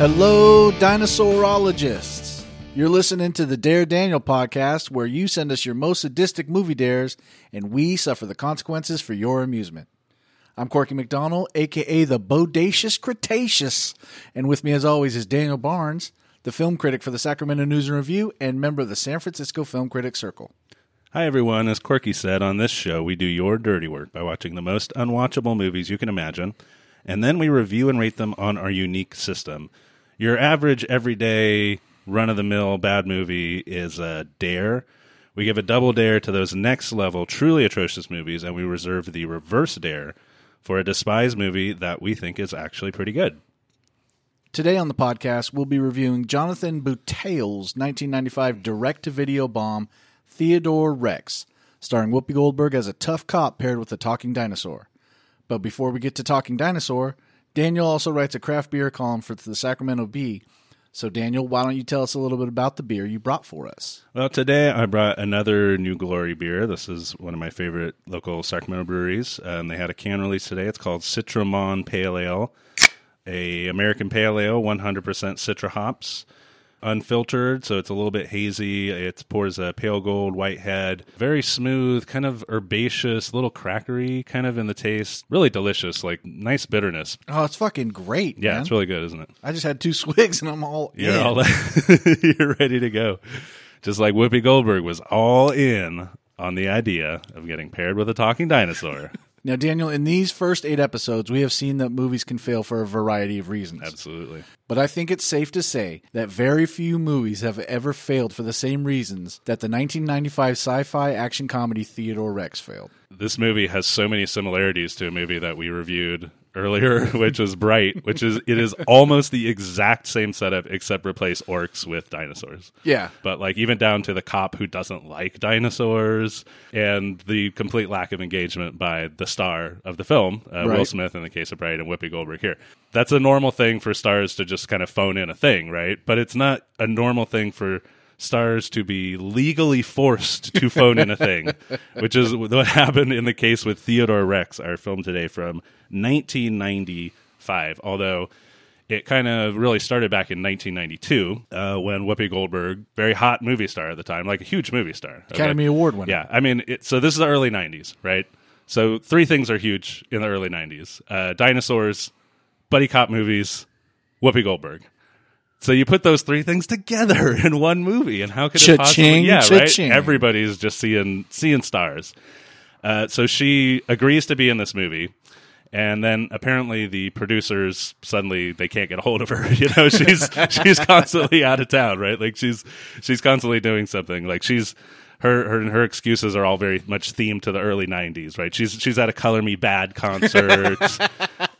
Hello, dinosaurologists. You're listening to the Dare Daniel podcast, where you send us your most sadistic movie dares and we suffer the consequences for your amusement. I'm Corky McDonald, aka the Bodacious Cretaceous, and with me, as always, is Daniel Barnes, the film critic for the Sacramento News and Review and member of the San Francisco Film Critics Circle. Hi, everyone. As Corky said, on this show, we do your dirty work by watching the most unwatchable movies you can imagine, and then we review and rate them on our unique system. Your average, everyday, run of the mill bad movie is a dare. We give a double dare to those next level, truly atrocious movies, and we reserve the reverse dare for a despised movie that we think is actually pretty good. Today on the podcast, we'll be reviewing Jonathan Buttale's 1995 direct to video bomb, Theodore Rex, starring Whoopi Goldberg as a tough cop paired with a talking dinosaur. But before we get to Talking Dinosaur, Daniel also writes a craft beer column for the Sacramento Bee. So, Daniel, why don't you tell us a little bit about the beer you brought for us? Well, today I brought another New Glory beer. This is one of my favorite local Sacramento breweries. Um, they had a can release today. It's called Citramon Pale Ale, a American Pale Ale, 100% citra hops, unfiltered, so it's a little bit hazy. It pours a pale gold white head, very smooth, kind of herbaceous, little crackery kind of in the taste. Really delicious, like nice bitterness. Oh, it's fucking great. Yeah, man. it's really good, isn't it? I just had two swigs and I'm all You're in. all you're ready to go. Just like Whoopi Goldberg was all in on the idea of getting paired with a talking dinosaur. Now, Daniel, in these first eight episodes, we have seen that movies can fail for a variety of reasons. Absolutely. But I think it's safe to say that very few movies have ever failed for the same reasons that the 1995 sci fi action comedy Theodore Rex failed. This movie has so many similarities to a movie that we reviewed earlier, which was Bright, which is it is almost the exact same setup except replace orcs with dinosaurs. Yeah. But like even down to the cop who doesn't like dinosaurs and the complete lack of engagement by the star of the film, uh, Will Right. Smith in the case of Bright and Whoopi Goldberg here. That's a normal thing for stars to just kind of phone in a thing, right? But it's not a normal thing for stars to be legally forced to phone in a thing, which is what happened in the case with Theodore Rex, our film today from 1995. Although it kind of really started back in 1992 uh, when Whoopi Goldberg, very hot movie star at the time, like a huge movie star, okay? Academy Award winner. Yeah, I mean, it, so this is the early '90s, right? So three things are huge in the early '90s: uh, dinosaurs, buddy cop movies, Whoopi Goldberg. So you put those three things together in one movie, and how could it possibly? Cha-ching, Yeah, cha-ching. right. Everybody's just seeing seeing stars. Uh, so she agrees to be in this movie. And then apparently the producers suddenly they can't get a hold of her. You know, she's she's constantly out of town, right? Like she's she's constantly doing something. Like she's her her her excuses are all very much themed to the early '90s, right? She's she's at a Color Me Bad concert,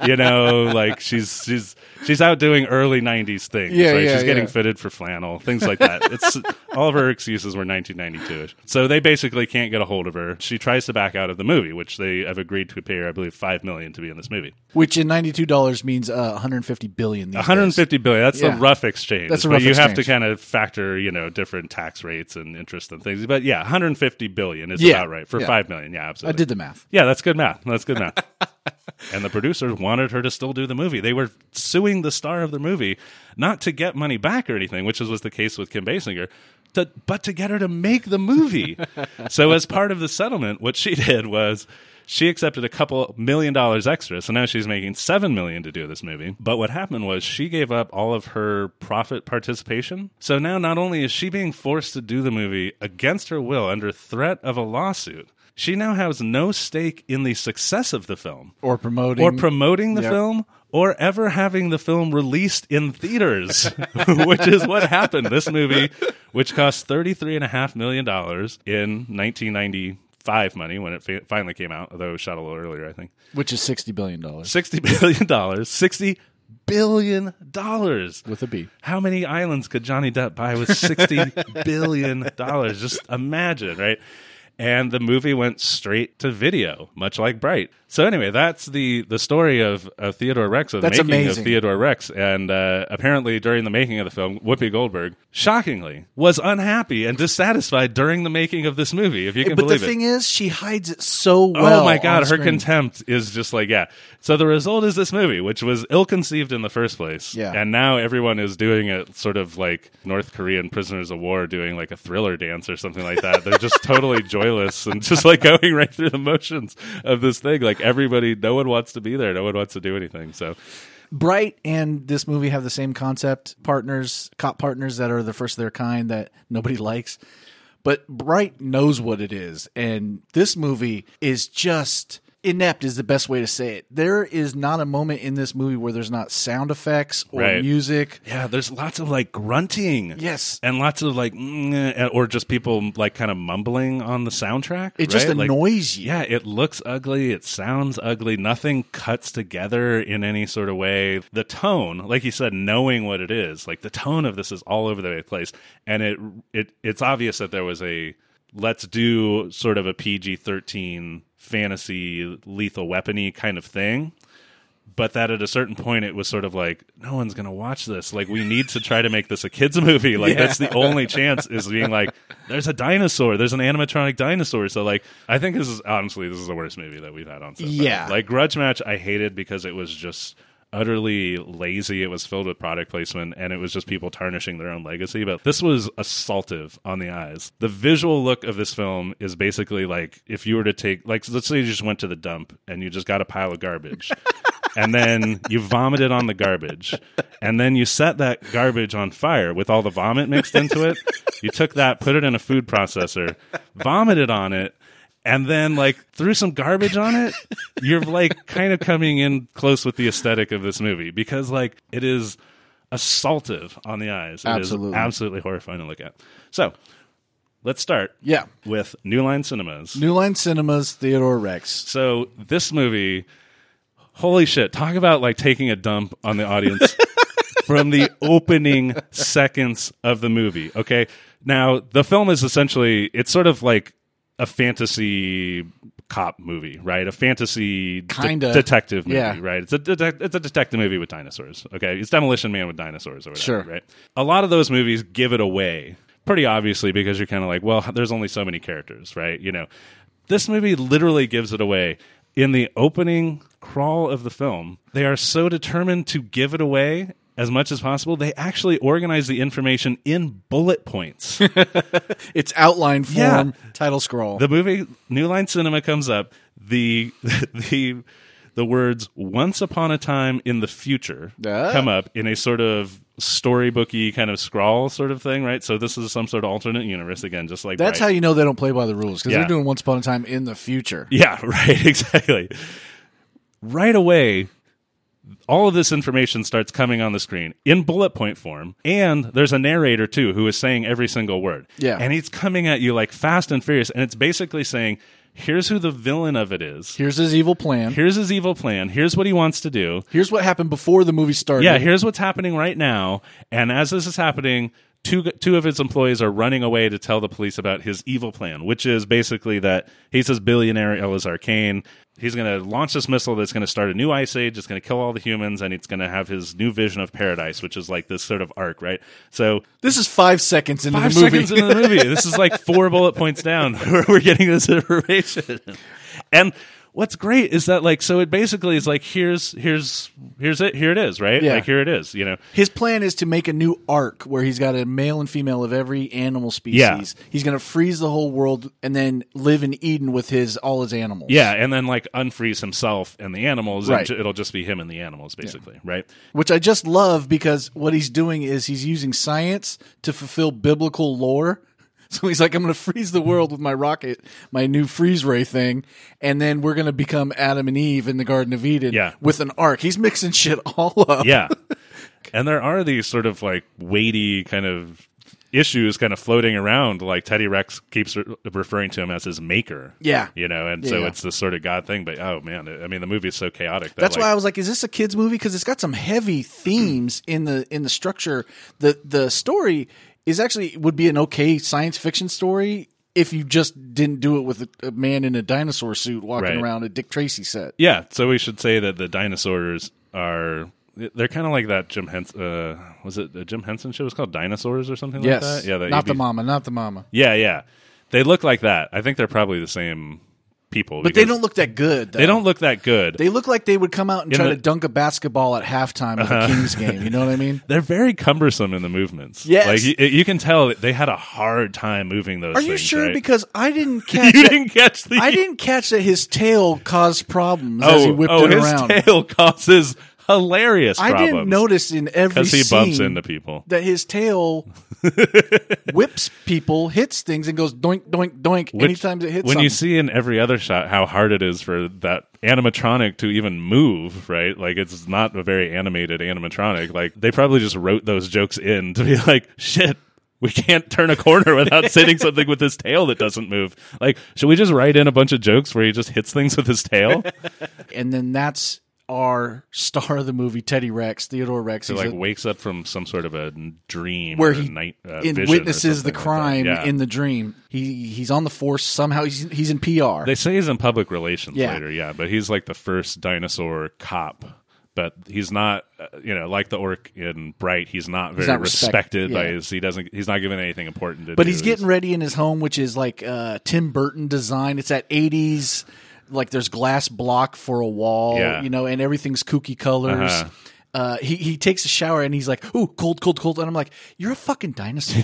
you know, like she's she's she's out doing early '90s things. Yeah, right? yeah, she's getting yeah. fitted for flannel, things like that. It's all of her excuses were 1992ish. So they basically can't get a hold of her. She tries to back out of the movie, which they have agreed to pay her, I believe, five million to be in this movie. Which in $92 means uh, $150 billion. These 150 billion. That's Yeah. the rough exchange. That's a But rough you have to exchange. kind of factor, you know, different tax rates and interest and things. But yeah, 150 billion is Yeah. about right for Yeah. five million. Yeah, I absolutely. did the math. Yeah, that's good math. That's good math. and the producers wanted her to still do the movie. They were suing the star of the movie not to get money back or anything, which is, was the case with Kim Basinger, to, but to get her to make the movie. so, as part of the settlement, what she did was she accepted a couple million dollars extra. So now she's making seven million to do this movie. But what happened was she gave up all of her profit participation. So now not only is she being forced to do the movie against her will under threat of a lawsuit. She now has no stake in the success of the film Or promoting. or promoting the Yep. film or ever having the film released in theaters, which is what happened. This movie, which cost $33.5 million in 1995 money when it fa- finally came out, although it was shot a little earlier, I think. which is $60 billion. $60 billion. $60 billion. With a B. How many islands could Johnny Depp buy with sixty billion dollars? Just imagine, right? And the movie went straight to video, much like Bright. So anyway, that's the the story of, of Theodore Rex of the That's making amazing. of Theodore Rex, and uh, apparently during the making of the film, Whoopi Goldberg shockingly was unhappy and dissatisfied during the making of this movie. If you can but the believe it. thing is, she hides it so well. oh my on god, her screen. contempt is just like yeah. So the result is this movie, which was ill-conceived in the first place, Yeah. and now everyone is doing it sort of like North Korean prisoners of war doing like a thriller dance or something like that. They're just totally joyless and just like going right through the motions of this thing. Like everybody, no one wants to be there, no one wants to do anything. So Bright and this movie have the same concept partners, cop partners that are the first of their kind that nobody likes. But Bright knows what it is. And this movie is just inept, is the best way to say it. There is not a moment in this movie where there's not sound effects or Right. music. yeah, there's lots of like grunting. Yes. And lots of like, mm, or just people like kind of mumbling on the soundtrack. It just right? Like- annoys you. Yeah, it looks ugly. It sounds ugly. Nothing cuts together in any sort of way. The tone, like you said, knowing what it is, like the tone of this is all over the place, and it it it's obvious that there was a let's do sort of a PG thirteen fantasy lethal weapony kind of thing. But that at a certain point, it was sort of like, no one's going to watch this. Like, we need to try to make this a kids' movie. Like, that's the only chance is being like, there's a dinosaur, there's an animatronic dinosaur. So, like, I think this is honestly, this is the worst movie that we've had on. So far. Yeah. Like, Grudge Match, I hated because it was just utterly lazy. It was filled with product placement and it was just people tarnishing their own legacy. But this was assaultive on the eyes. The visual look of this film is basically like if you were to take, like, let's say you just went to the dump and you just got a pile of garbage. And then you vomited on the garbage. And then you set that garbage on fire with all the vomit mixed into it. You took that, put it in a food processor, vomited on it, and then like threw some garbage on it, you're like kind of coming in close with the aesthetic of this movie because like it is assaultive on the eyes. It is Absolutely. absolutely horrifying to look at. So let's start Yeah. with New Line Cinemas. New Line Cinemas, Theodore Rex. so this movie, holy shit, talk about like taking a dump on the audience. From the opening seconds of the movie. Okay. Now, the film is essentially, it's sort of like a fantasy cop movie, right? A fantasy de- Kinda. detective movie, Yeah. right? It's a detec- it's a detective movie with dinosaurs. Okay, it's Demolition Man with dinosaurs or whatever, Sure. right? A lot of those movies give it away pretty obviously because you're kind of like, well, there's only so many characters, right? You know, this movie literally gives it away in the opening crawl of the film. They are so determined to give it away. As much as possible, they actually organize the information in bullet points. It's outline form, Yeah. title scroll. the movie New Line Cinema comes up. The the the words "Once upon a time in the future" Ah. come up in a sort of storybooky kind of scrawl sort of thing, right? So this is some sort of alternate universe again, just like That's Bright. how you know they don't play by the rules because Yeah. they're doing Once Upon a Time in the future. Yeah, right, exactly. Right away, all of this information starts coming on the screen in bullet point form, and there's a narrator too who is saying every single word. Yeah. And he's coming at you like fast and furious, and it's basically saying, here's who the villain of it is. Here's his evil plan. Here's his evil plan. Here's what he wants to do. Here's what happened before the movie started. Yeah, here's what's happening right now. And as this is happening, two two of his employees are running away to tell the police about his evil plan, which is basically that he's this billionaire Elazar Kane. He's going to launch this missile that's going to start a new ice age. It's going to kill all the humans, and it's going to have his new vision of paradise, which is like this sort of arc, right? So This is five seconds into five the movie. seconds into the movie. This is like four bullet points down where we're getting this information. And what's great is that like so it basically is like here's here's here's it here it is right Yeah. like here it is you know his plan is to make a new arc where he's got a male and female of every animal species. Yeah. He's going to freeze the whole world and then live in Eden with his all his animals. Yeah, and then like unfreeze himself and the animals, and Right. ju- it'll just be him and the animals, basically, right? Which I just love because what he's doing is he's using science to fulfill biblical lore. So he's like, I'm going to freeze the world with my rocket, my new freeze ray thing, and then we're going to become Adam and Eve in the Garden of Eden Yeah. with an ark. He's mixing shit all up. Yeah. and there are these sort of like weighty kind of issues kind of floating around. Like Teddy Rex keeps re- referring to him as his maker. Yeah. You know, and Yeah, so yeah. it's this sort of God thing. But oh man, I mean, the movie is so chaotic. That, That's like, why I was like, "Is this a kids movie?" Because it's got some heavy themes in the in the structure. the The story is actually would be an okay science fiction story if you just didn't do it with a, a man in a dinosaur suit walking Right. around a Dick Tracy set. Yeah, so we should say that the dinosaurs are they're kind of like that Jim Henson uh, was it a Jim Henson show? It was called Dinosaurs or something Yes. like that. Yeah, not the ABC mama, not the mama. Yeah, yeah. They look like that. I think they're probably the same people. But they don't look that good. Though. They don't look that good. They look like they would come out and try the- Uh-huh. to dunk a basketball at halftime of a Kings game. You know what I mean? They're very cumbersome in the movements. Yes. like you, you can tell that they had a hard time moving those. Are you things, sure? right? Because I didn't you catch. that, didn't catch the. I didn't catch that his tail caused problems Oh, as he whipped oh, it his around. tail causes hilarious I problems. didn't notice in every because he bumps scene into people. that his tail whips people, hits things, and goes doink doink doink Which- anytime it hits. when you something. see in every other shot how hard it is for that animatronic to even move right like it's not a very animated animatronic like they probably just wrote those jokes in to be like shit we can't turn a corner without hitting something with his tail that doesn't move like should we just write in a bunch of jokes where he just hits things with his tail and then that's our star of the movie, Teddy Rex, Theodore Rex. He's like a- wakes up from some sort of a dream where or he a night uh, and vision or witnesses the something like that. crime Yeah. in the dream. He he's on the force somehow. He's he's in PR. They say he's in public relations Yeah. later, yeah, but he's like the first dinosaur cop. But he's not, uh, you know, like the orc in Bright. He's not very not respect- respected by yeah. his. He doesn't. He's not given anything important to but do. he's getting ready in his home, which is like uh, Tim Burton design. It's that eighties, like there's glass block for a wall, Yeah. you know, and everything's kooky colors. uh Uh-huh. he he takes a shower and he's like, "Ooh, cold, cold, cold," and I'm like, "You're a fucking dinosaur.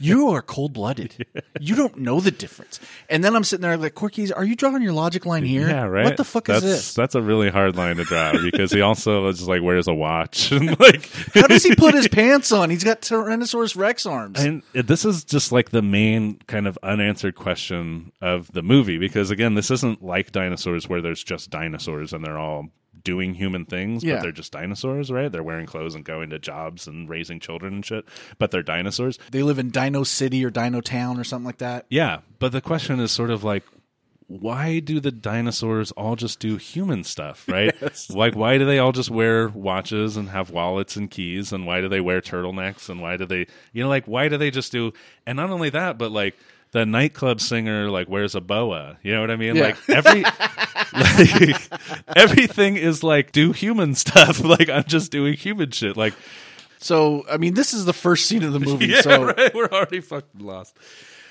you are cold blooded. You don't know the difference." And then I'm sitting there like, "Corky's, are you drawing your logic line here? Yeah, right. What the fuck that's, is this? That's a really hard line to draw because he also is just like wears a watch and like. How does he put his pants on? He's got Tyrannosaurus Rex arms." And this is just like the main kind of unanswered question of the movie because again, this isn't like dinosaurs where there's just dinosaurs and they're all doing human things, Yeah. but they're just dinosaurs, right? They're wearing clothes and going to jobs and raising children and shit, but they're dinosaurs. they live in Dino City or Dino Town or something like that. Yeah, but the question is sort of like why do the dinosaurs all just do human stuff, right? Like why do they all just wear watches and have wallets and keys and why do they wear turtlenecks and why do they you know like why do they just do and not only that but like the nightclub singer like wears a boa, you know what I mean? Yeah. Like every like everything is like do human stuff. Like I'm just doing human shit. Like So, I mean, this is the first scene of the movie. yeah, so, right. We're already fucking lost.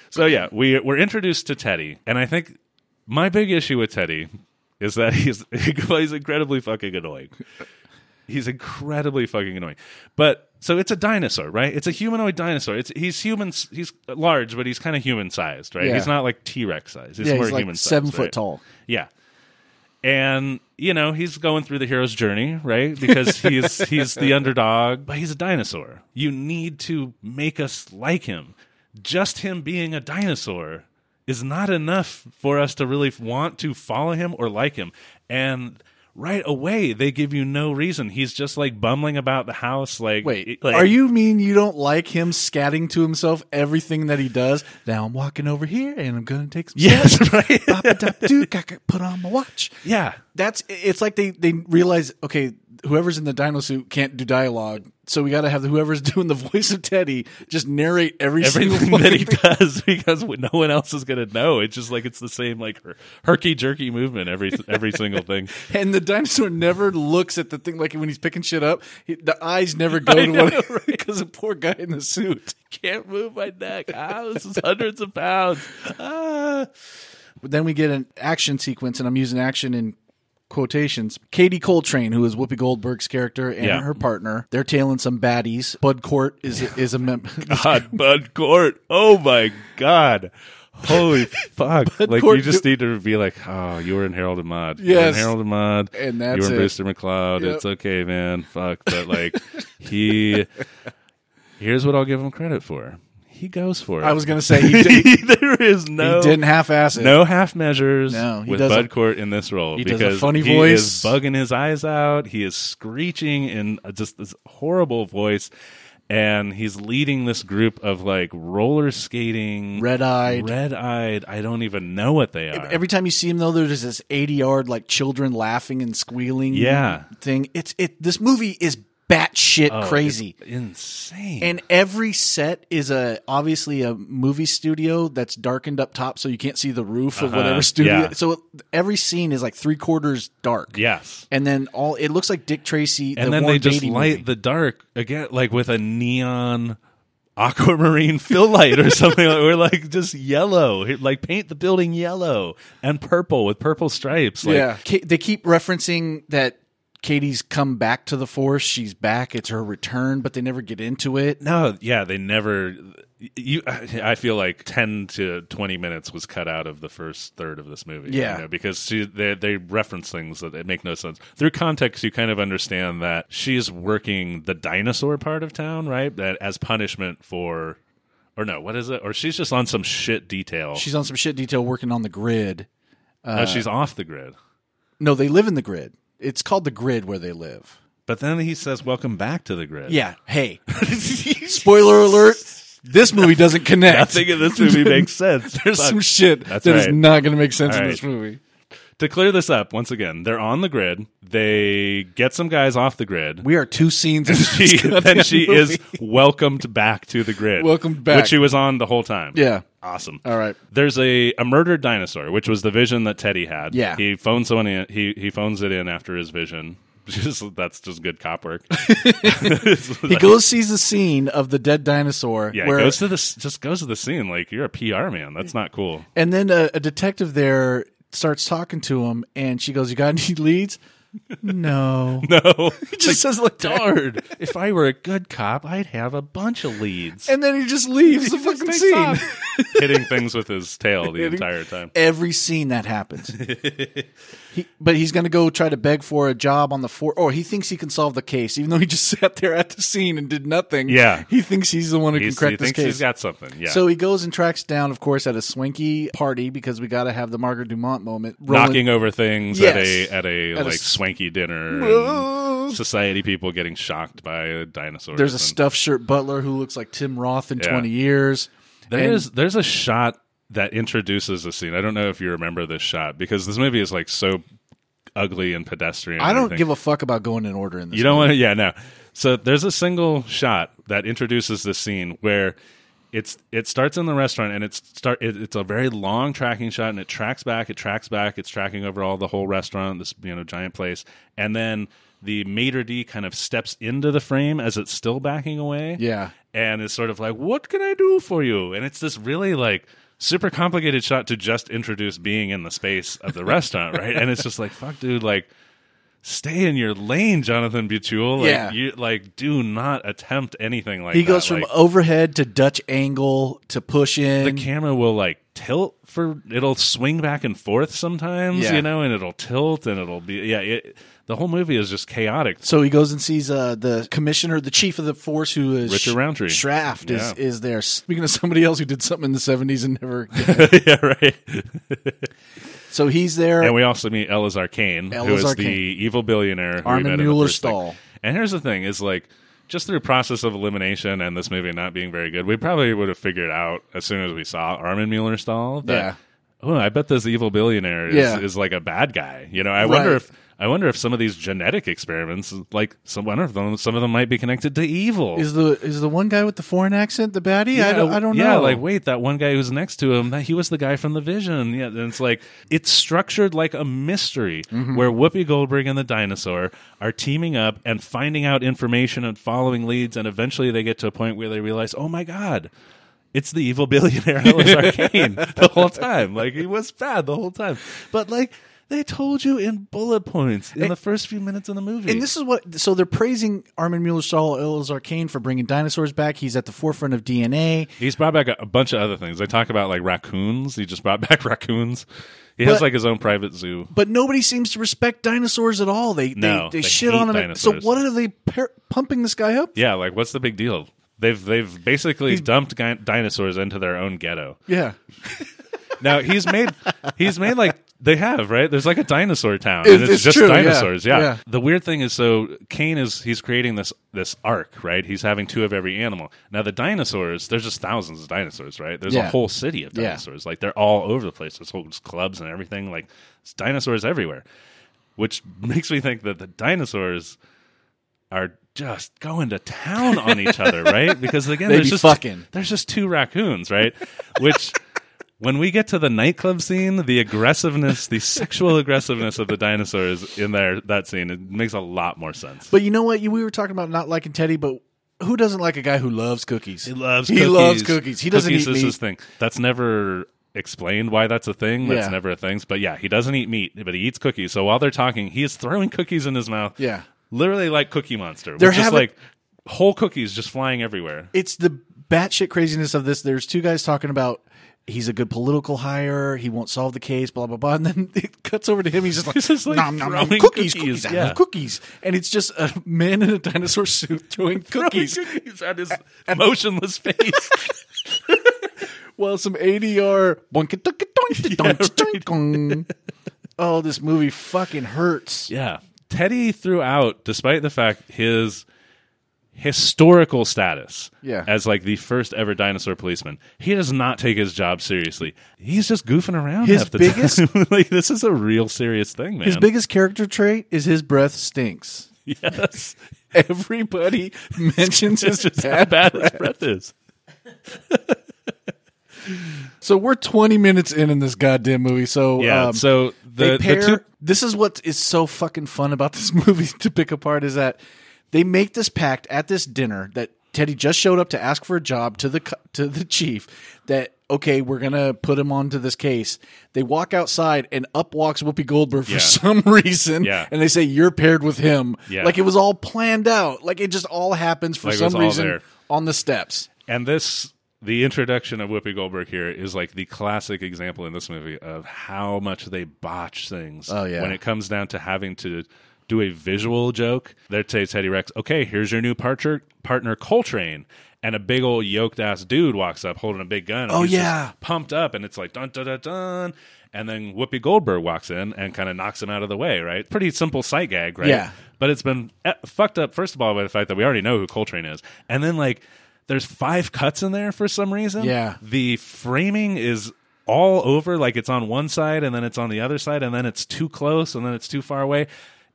So yeah, we we're introduced to Teddy, and I think my big issue with Teddy is that he's he's incredibly fucking annoying. He's incredibly fucking annoying. But so it's a dinosaur, right? It's a humanoid dinosaur. It's he's human. He's large, but he's kind of human sized, right? Yeah. He's not like T Rex size. He's yeah, more he's like human seven sized, foot right? tall. Yeah. And you know he's going through the hero's journey, right? Because he's he's the underdog, but he's a dinosaur. You need to make us like him. Just him being a dinosaur is not enough for us to really want to follow him or like him. And right away they give you no reason. He's just like bumbling about the house, like Wait, like- are you mean you don't like him scatting to himself everything that he does? Now I'm walking over here and I'm going to take some Yes, right. steps. Dude, I could put on my watch. yeah, That's it's like they they realize okay, whoever's in the dino suit can't do dialogue, so we got to have whoever's doing the voice of Teddy just narrate every everything single that fucking he thing. does because no one else is going to know. It's just like it's the same like her, herky jerky movement every every single thing. And the dinosaur never looks at the thing like when he's picking shit up. He, the eyes never go to what because the poor guy in the suit. Can't move my neck. Ah, this is hundreds of pounds. Ah. But then we get an action sequence, and I'm using action in quotations. Katie Coltrane, who is Whoopi Goldberg's character, and Yeah. her partner, they're tailing some baddies. Bud Court is is a member. God, Ah, Bud Court. Oh my God. Holy fuck. like Cort you just need to be like, oh, you were in Harold and Maude. You were Yes. in Harold and Maude. And you that's were in it. Brewster McLeod. Yep. It's okay, man. Fuck. But like he here's what I'll give him credit for. He goes for it. I was gonna say he, di- he there is no didn't half-ass it. no half measures No, he with does a- Bud Court in this role. he does because a funny he voice. is bugging his eyes out. He is screeching in a- just this horrible voice, and he's leading this group of like roller skating, Red-eyed. red-eyed. I don't even know what they are. Every time you see him though, there's this 80 yard like children laughing and squealing. Yeah. thing. It's it. This movie is batshit Oh, it's crazy. insane. And every set is a obviously a movie studio that's darkened up top, so you can't see the roof of whatever studio. Uh-huh. yeah. So every scene is like three quarters dark. yes. and then all it looks like Dick Tracy. And the then Warren they just Beatty light movie. the dark again, like with a neon aquamarine fill light or something, like, or like just yellow, like paint the building yellow and purple with purple stripes. Like, yeah, Ka- they keep referencing that Katie's come back to the force. She's back. It's her return, but they never get into it. No, yeah, they never. You, I feel like ten to twenty minutes was cut out of the first third of this movie. you Yeah. know, because she, they they reference things that they make no sense through context. You kind of understand that she's working the dinosaur part of town, right? That as punishment for, or no, what is it? Or she's just on some shit detail. She's on some shit detail working on the grid. uh, no, she's off the grid. No, they live in the grid. It's called the grid where they live. But then he says, "Welcome back to the grid." Yeah. Hey, spoiler alert. This movie doesn't connect. Nothing in this movie makes sense. There's Fuck. some shit that is That's right. not going to make sense All in right. this movie. to clear this up once again they're on the grid they get some guys off the grid We are two scenes. in this she, then goddamn she movie. is welcomed back to the grid Welcomed back. which she was on the whole time Yeah. awesome All right. there's a, a murdered dinosaur which was the vision that teddy had Yeah. he phones someone in he, he phones it in after his vision just, that's just good cop work He goes sees the scene of the dead dinosaur. yeah where, goes to this just goes to the scene like you're a pr man that's not cool And then a, a detective there starts talking to him, and she goes, "You got any leads?" No. no He just says like darn. Hard. if i were a good cop i'd have a bunch of leads And then he just leaves the just fucking takes scene. off. hitting things with his tail the entire time. Every scene that happens. he, but he's going to go try to beg for a job on the force. Or he thinks he can solve the case, even though he just sat there at the scene and did nothing. Yeah. He thinks he's the one who He's, can crack he this thinks case. he's got something. Yeah. So he goes and tracks down, of course, at a swanky party because we got to have the Margaret Dumont moment. knocking over things Yes. at a at a At a like s- swanky dinner. Rolling- and society people getting shocked by dinosaurs. There's a and- stuffed shirt butler who looks like Tim Roth in Yeah. 20 years. There is there's a shot that introduces a scene. I don't know if you remember this shot because this movie is like so ugly and pedestrian. I and don't everything. give a fuck about going in order in this. You don't want to, yeah, no. So there's a single shot that introduces this scene where it's it starts in the restaurant and it's start it, it's a very long tracking shot and it tracks back, it tracks back, it's tracking over all the whole restaurant, this you know giant place, and then the maitre d kind of steps into the frame as it's still backing away, Yeah. and is sort of like, "What can I do for you?" And it's this really like super complicated shot to just introduce being in the space of the restaurant, right? And it's just like, "Fuck, dude, like." Stay in your lane, Jonathan Butuel. Like, Yeah. you like do not attempt anything like He that. goes from Like, overhead to Dutch angle to push the in. camera will like tilt for it'll swing back and forth sometimes, Yeah. you know, and it'll tilt and it'll be yeah. It, the whole movie is just chaotic. so he goes and sees uh, the commissioner, the chief of the force, who is Richard Roundtree. Shraft is, Yeah. is there. Speaking of somebody else who did something in the seventies and never, yeah, right. so he's there. And we also meet Elazar Kane, who is Eleazar the Kane. evil billionaire. Who we Armin met in the first thing. Mueller-Stahl. And here's the thing: is like just through process of elimination and this movie not being very good, we probably would have figured out as soon as we saw Armin Mueller Stahl that Yeah. oh, I bet this evil billionaire is, Yeah. is like a bad guy. You know, I wonder Right. if. I wonder if some of these genetic experiments, like some, I wonder if them, some of them might be connected to evil. is the is the one guy with the foreign accent the baddie? I don't, I don't yeah, know. like wait, that one guy who's next to him, that he was the guy from the Vision. Yeah, and it's like it's structured like a mystery Mm-hmm. where Whoopi Goldberg and the dinosaur are teaming up and finding out information and following leads, and eventually they get to a point where they realize, oh my god. It's the evil billionaire Ellis Arcane the whole time. Like he was bad the whole time. But like they told you in bullet points in the first few minutes of the movie. And this is what so they're praising Armin Mueller-Stahl, Elazar Kane for bringing dinosaurs back. He's at the forefront of DNA. He's brought back a, a bunch of other things. They talk about like raccoons. He just brought back raccoons. He has But- like his own private zoo. but nobody seems to respect dinosaurs at all. They No, they, they, they shit hate on them. dinosaurs. So what are they par- pumping this guy up? Yeah, like what's the big deal? They've they've basically dumped gi- dinosaurs into their own ghetto. Yeah, Now he's made he's made like they have right. There's like a dinosaur town, It- and it's, it's just true, yeah, dinosaurs. Yeah. yeah. The weird thing is, so Kane is he's creating this this arc, right? He's having two of every animal. Now the dinosaurs, there's just thousands of dinosaurs, right? There's Yeah. a whole city of Yeah. dinosaurs. Like they're all over the place. There's whole clubs and everything. Like there's dinosaurs everywhere, which makes me think that the dinosaurs are just going to town on each other, right? Because again, They there's be just fucking. there's just two raccoons, right? Which when we get to the nightclub scene, the aggressiveness, the sexual aggressiveness of the dinosaurs in there that scene, it makes a lot more sense. But you know what? You, we were talking about not liking Teddy, but who doesn't like a guy who loves cookies? He loves he cookies. loves cookies. He doesn't cookies eat is meat. his thing. That's never explained why that's a thing. That's Yeah. never a thing. But yeah, he doesn't eat meat, but he eats cookies. So while they're talking, he is throwing cookies in his mouth. Yeah. Literally like Cookie Monster. They're They're just having- like whole cookies just flying everywhere. it's the batshit craziness of this. There's two guys talking about he's a good political hire, he won't solve the case, blah blah blah, and then it cuts over to him. He's just like, He's just, like, nom, nom, nom, throwing cookies, cookies, cookies, I yeah. love cookies, and it's just a man in a dinosaur suit throwing cookies Throwing cookies at his motionless face. while some ADR. Oh, this movie fucking hurts. Yeah. Teddy throughout, despite the fact his historical status Yeah. as like the first ever dinosaur policeman, he does not take his job seriously. He's just goofing around. His half the biggest- time. like this is a real serious thing, man. His biggest character trait is his breath stinks. yes, Everybody mentions his it's just bad how bad his breath is. So we're 20 minutes in in this goddamn movie. So Yeah. um, so they the, pair. the two this is what is so fucking fun about this movie to pick apart is that they make this pact at this dinner that Teddy just showed up to ask for a job to the co- to the chief that okay we're gonna put him onto this case. They walk outside and up walks Whoopi Goldberg for Yeah. some reason. Yeah. And they say you're paired with him. Yeah. Like it was all planned out. Like it just all happens for Like, it was some all reason there. on the steps. And this, the introduction of Whoopi Goldberg here is like the classic example in this movie of how much they botch things. Oh, yeah. When it comes down to having to do a visual joke, there says Teddy Rex, okay, here's your new partner, partner Coltrane. And a big old yoked ass dude walks up holding a big gun. and Oh, he's just yeah. Pumped up, and it's like dun dun dun dun. And then Whoopi Goldberg walks in and kind of knocks him out of the way, right? Pretty simple sight gag, right? Yeah. But it's been eh, fucked up, first of all, by the fact that we already know who Coltrane is. And then, like, there's five cuts in there for some reason. Yeah. The framing is all over. Like, it's on one side, and then it's on the other side, and then it's too close, and then it's too far away.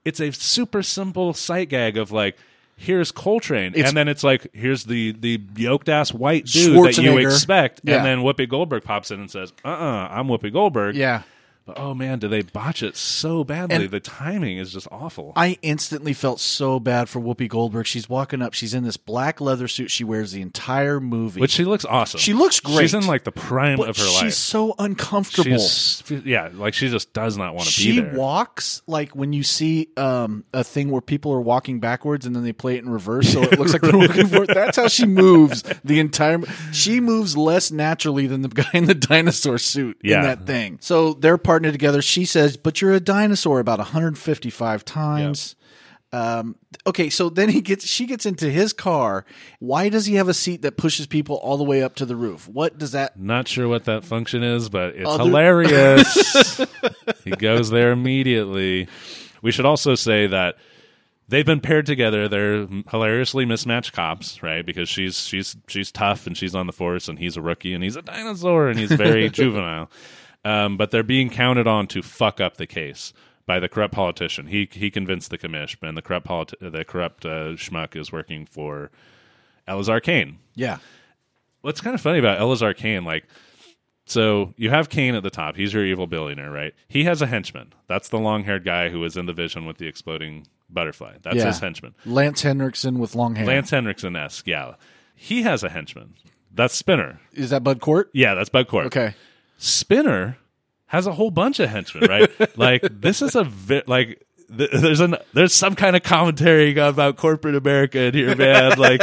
It's a super simple sight gag of, like, here's Coltrane. and then it's like, here's the, the yoked ass white dude that you Schwarzenegger. expect. Yeah. And then Whoopi Goldberg pops in and says, uh uh-uh, uh, i am Whoopi Goldberg. Yeah. But, oh, man, do they botch it so badly? And- the timing is just awful. I instantly felt so bad for Whoopi Goldberg. She's walking up. She's in this black leather suit she wears the entire movie. Which she looks awesome. She looks great. She's in like the prime But of her she's life. so uncomfortable. She's yeah, like she just does not want to be she there. walks like when you see um, a thing where people are walking backwards and then they play it in reverse, so it looks like they're walking forward. That's how she moves the entire. She moves less naturally than the guy in the dinosaur suit in Yeah. that thing. So they're partnered together. She says, "But you're a dinosaur," about 155 times. Um, okay, so then he gets she gets into his car. Why does he have a seat that pushes people all the way up to the roof? What does that not sure what that function is, but it's Other- hilarious. he goes there immediately. We should also say that they've been paired together. They're hilariously mismatched cops, right? Because she's she's she's tough and she's on the force, and he's a rookie and he's a dinosaur and he's very juvenile. Um, but they're being counted on to fuck up the case by the corrupt politician. He he convinced the commish, and the corrupt politi- the corrupt uh, schmuck is working for Elazar Kane Yeah. what's kind of funny about Elazar Kane, like, so you have Kane at the top. He's your evil billionaire, right? He has a henchman. That's the long haired guy who was in the vision with the exploding butterfly. That's Yeah. his henchman. Lance Henriksen with long hair. Lance Henriksen esque, yeah. He has a henchman. That's Spinner. Is that Bud Court? Yeah, that's Bud Corp. Okay. Spinner has a whole bunch of henchmen, right? like this is a vi- like th- there's an there's some kind of commentary about corporate America in here, man. Like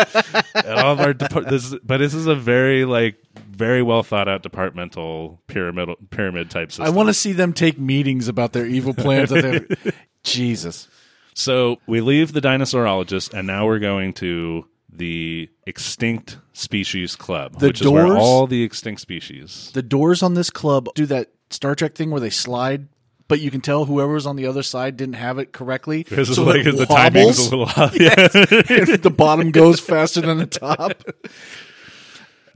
and all of our depart- this, but this is a very like very well thought out departmental pyramid pyramid type system. I want to see them take meetings about their evil plans. that they're- Jesus. So we leave the dinosaurologist, and now we're going to the extinct species club, which is where doors? all the extinct species. The doors on this club do that Star Trek thing where they slide, but you can tell whoever was on the other side didn't have it correctly. This is so like it the wobbles timing's a little off. Yeah. and the bottom goes faster than the top.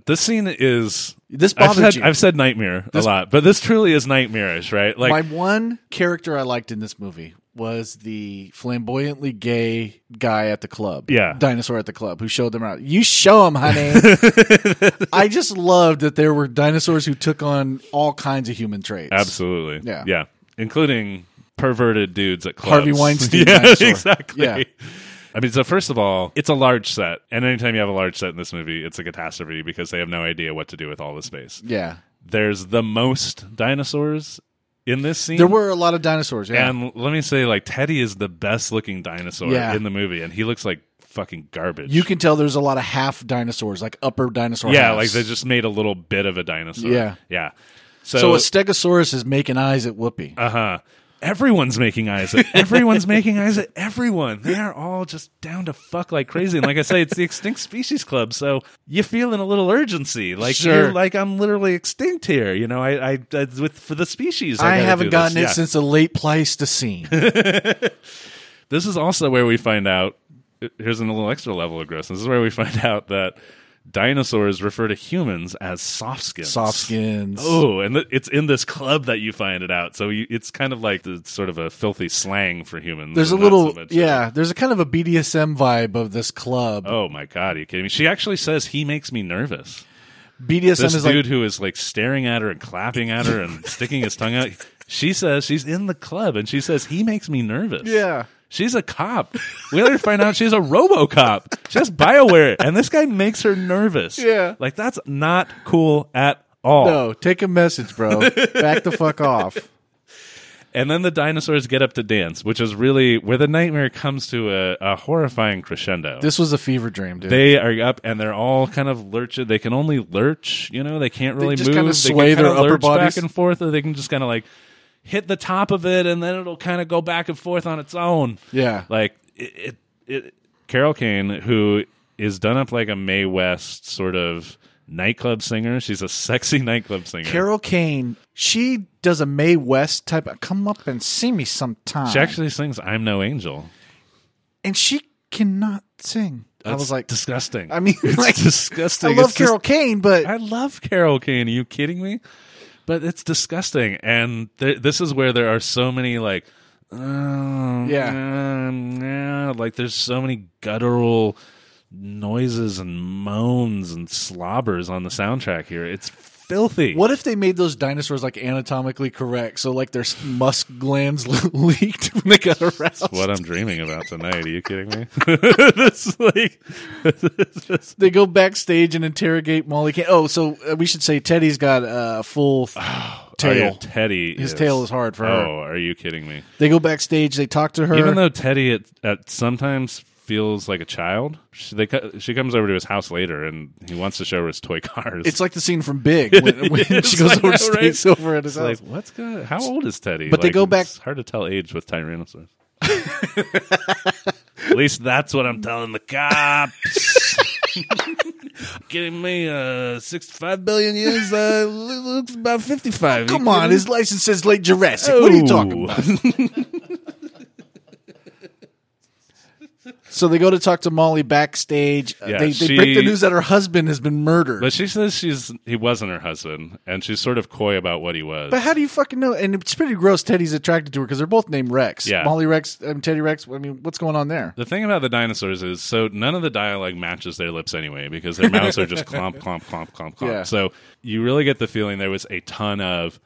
This scene is This I've bothers said, you. I've said nightmare a lot, but this truly is nightmarish, right? Like My one character I liked in this movie was the flamboyantly gay guy at the club. Yeah. Dinosaur at the club who showed them around. You show him, honey. I just loved that there were dinosaurs who took on all kinds of human traits. Absolutely. Yeah. Yeah. Including perverted dudes at clubs. Harvey Weinstein yeah, dinosaur. exactly. Yeah. I mean, so first of all, it's a large set. And anytime you have a large set in this movie, it's a catastrophe because they have no idea what to do with all the space. Yeah. There's the most dinosaurs in this scene. There were a lot of dinosaurs. Yeah. and let me say, like, Teddy is the best looking dinosaur Yeah. in the movie, and he looks like fucking garbage. you can tell there's a lot of half dinosaurs, like upper dinosaur. yeah, halves. like they just made a little bit of a dinosaur. Yeah. Yeah. So a stegosaurus is making eyes at Whoopi. Uh huh. Everyone's making eyes at everyone's making eyes at everyone. They are all just down to fuck like crazy. And like I say, it's the Extinct Species Club, so you're feeling a little urgency. Like Sure. you're like I'm literally extinct here. You know, I I, I with for the species. I, gotta haven't do gotten this. it Yeah. since the late Pleistocene. This is also where we find out. Here's a little extra level of grossness. This is where we find out that dinosaurs refer to humans as soft skins. Soft skins. Oh, and th- it's in this club that you find it out. So you, it's kind of like the sort of a filthy slang for humans. There's a and not so little, much- yeah. There's a kind of a BDSM vibe of this club. Oh my god, are you kidding me? She actually says he makes me nervous. BDSM This is like dude who is like staring at her and clapping at her and sticking his tongue out. She says she's in the club and she says he makes me nervous. Yeah. She's a cop. We later find out she's a RoboCop. She has BioWare and this guy makes her nervous. Yeah. Like that's not cool at all. no. Take a message, bro. Back the fuck off. And then the dinosaurs get up to dance, which is really where the nightmare comes to a, a horrifying crescendo. This was a fever dream, dude. they are up and they're all kind of lurching. They can only lurch, you know. They can't really just move. kinda they sway can kinda their upper lurch bodies. back and forth, or they can just kind of like hit the top of it, and then it'll kind of go back and forth on its own. yeah. Like it, it, it, Carol Kane, who is done up like a Mae West sort of nightclub singer. She's a sexy nightclub singer. Carol Kane, she does a Mae West type of come up and see me sometime. she actually sings "I'm No Angel." and she cannot sing. I was like, disgusting. I mean, it's like, I disgusting. love It's just- Carol Kane, but I love Carol Kane. Are you kidding me? But it's disgusting, and th- this is where there are so many like, oh, Yeah. um, yeah, like there's so many guttural noises and moans and slobbers on the soundtrack here. It's filthy. What if they made those dinosaurs like anatomically correct? So like their s- musk glands leaked when they got aroused. What I'm dreaming about tonight? Are you kidding me? this is like, oh, They go backstage and interrogate Molly. Kane. Oh, so uh, we should say Teddy's got a full Oh, yeah, tail. Teddy. His tail is hard for her. Oh, are you kidding me? They go backstage. They talk to her. Even though Teddy at, at sometimes feels like a child, she, they, co- she comes over to his house later and he wants to show her his toy cars. it's like the scene from Big when, when It's she goes like over to that, right? stays over at his It's house. like, what's good? How old is Teddy? But they Like, go back- It's hard to tell age with Tyrannosaurus. at least that's what I'm telling the cops. Getting me uh, 65 billion years, uh, looks about 55. Come on, his license says late Jurassic. What are you talking Oh. about? So they go to talk to Molly backstage. Uh, Yeah, they they she- break the news that her husband has been murdered. But she says she's he wasn't her husband, and she's sort of coy about what he was. But how do you fucking know? And it's pretty gross. Teddy's attracted to her because they're both named Rex. Yeah. Molly Rex, um, Teddy Rex. I mean, what's going on there? The thing about the dinosaurs is, so none of the dialogue matches their lips anyway, because their mouths are just clomp, clomp, clomp, clomp, clomp. Yeah. So you really get the feeling there was a ton of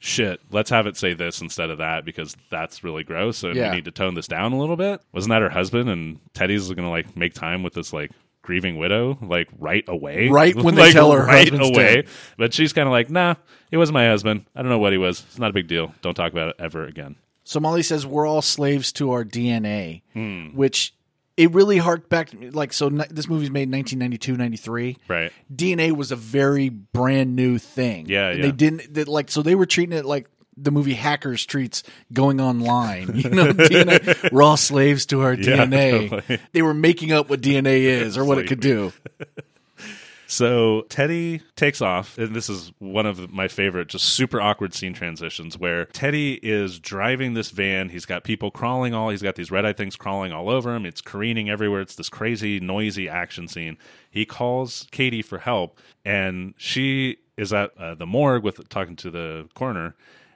shit. Let's have it say this instead of that because that's really gross, and Yeah. we need to tone this down a little bit. Wasn't that her husband? And Teddy's going to like make time with this like grieving widow like right away, Right when they Like, tell her right husband's away. dead. But she's kind of like, nah, it was my husband. I don't know what he was. It's not a big deal. Don't talk about it ever again. So Molly says we're all slaves to our DNA, Hmm. which it really harked back. to- Like, so ni- this movie's made 1992, 93. Right. DNA was a very brand new thing. Yeah, And yeah. They didn't that like so they were treating it like the movie Hackers treats going online. You know, DNA, we're all slaves to our Yeah, DNA. totally. They were making up what DNA is or what it could do. So Teddy takes off, and this is one of my favorite, just super awkward scene transitions where Teddy is driving this van. He's got people crawling all, he's got these red eye things crawling all over him. It's careening everywhere. It's this crazy, noisy action scene. He calls Katie for help, and she is at uh, the morgue with talking to the coroner,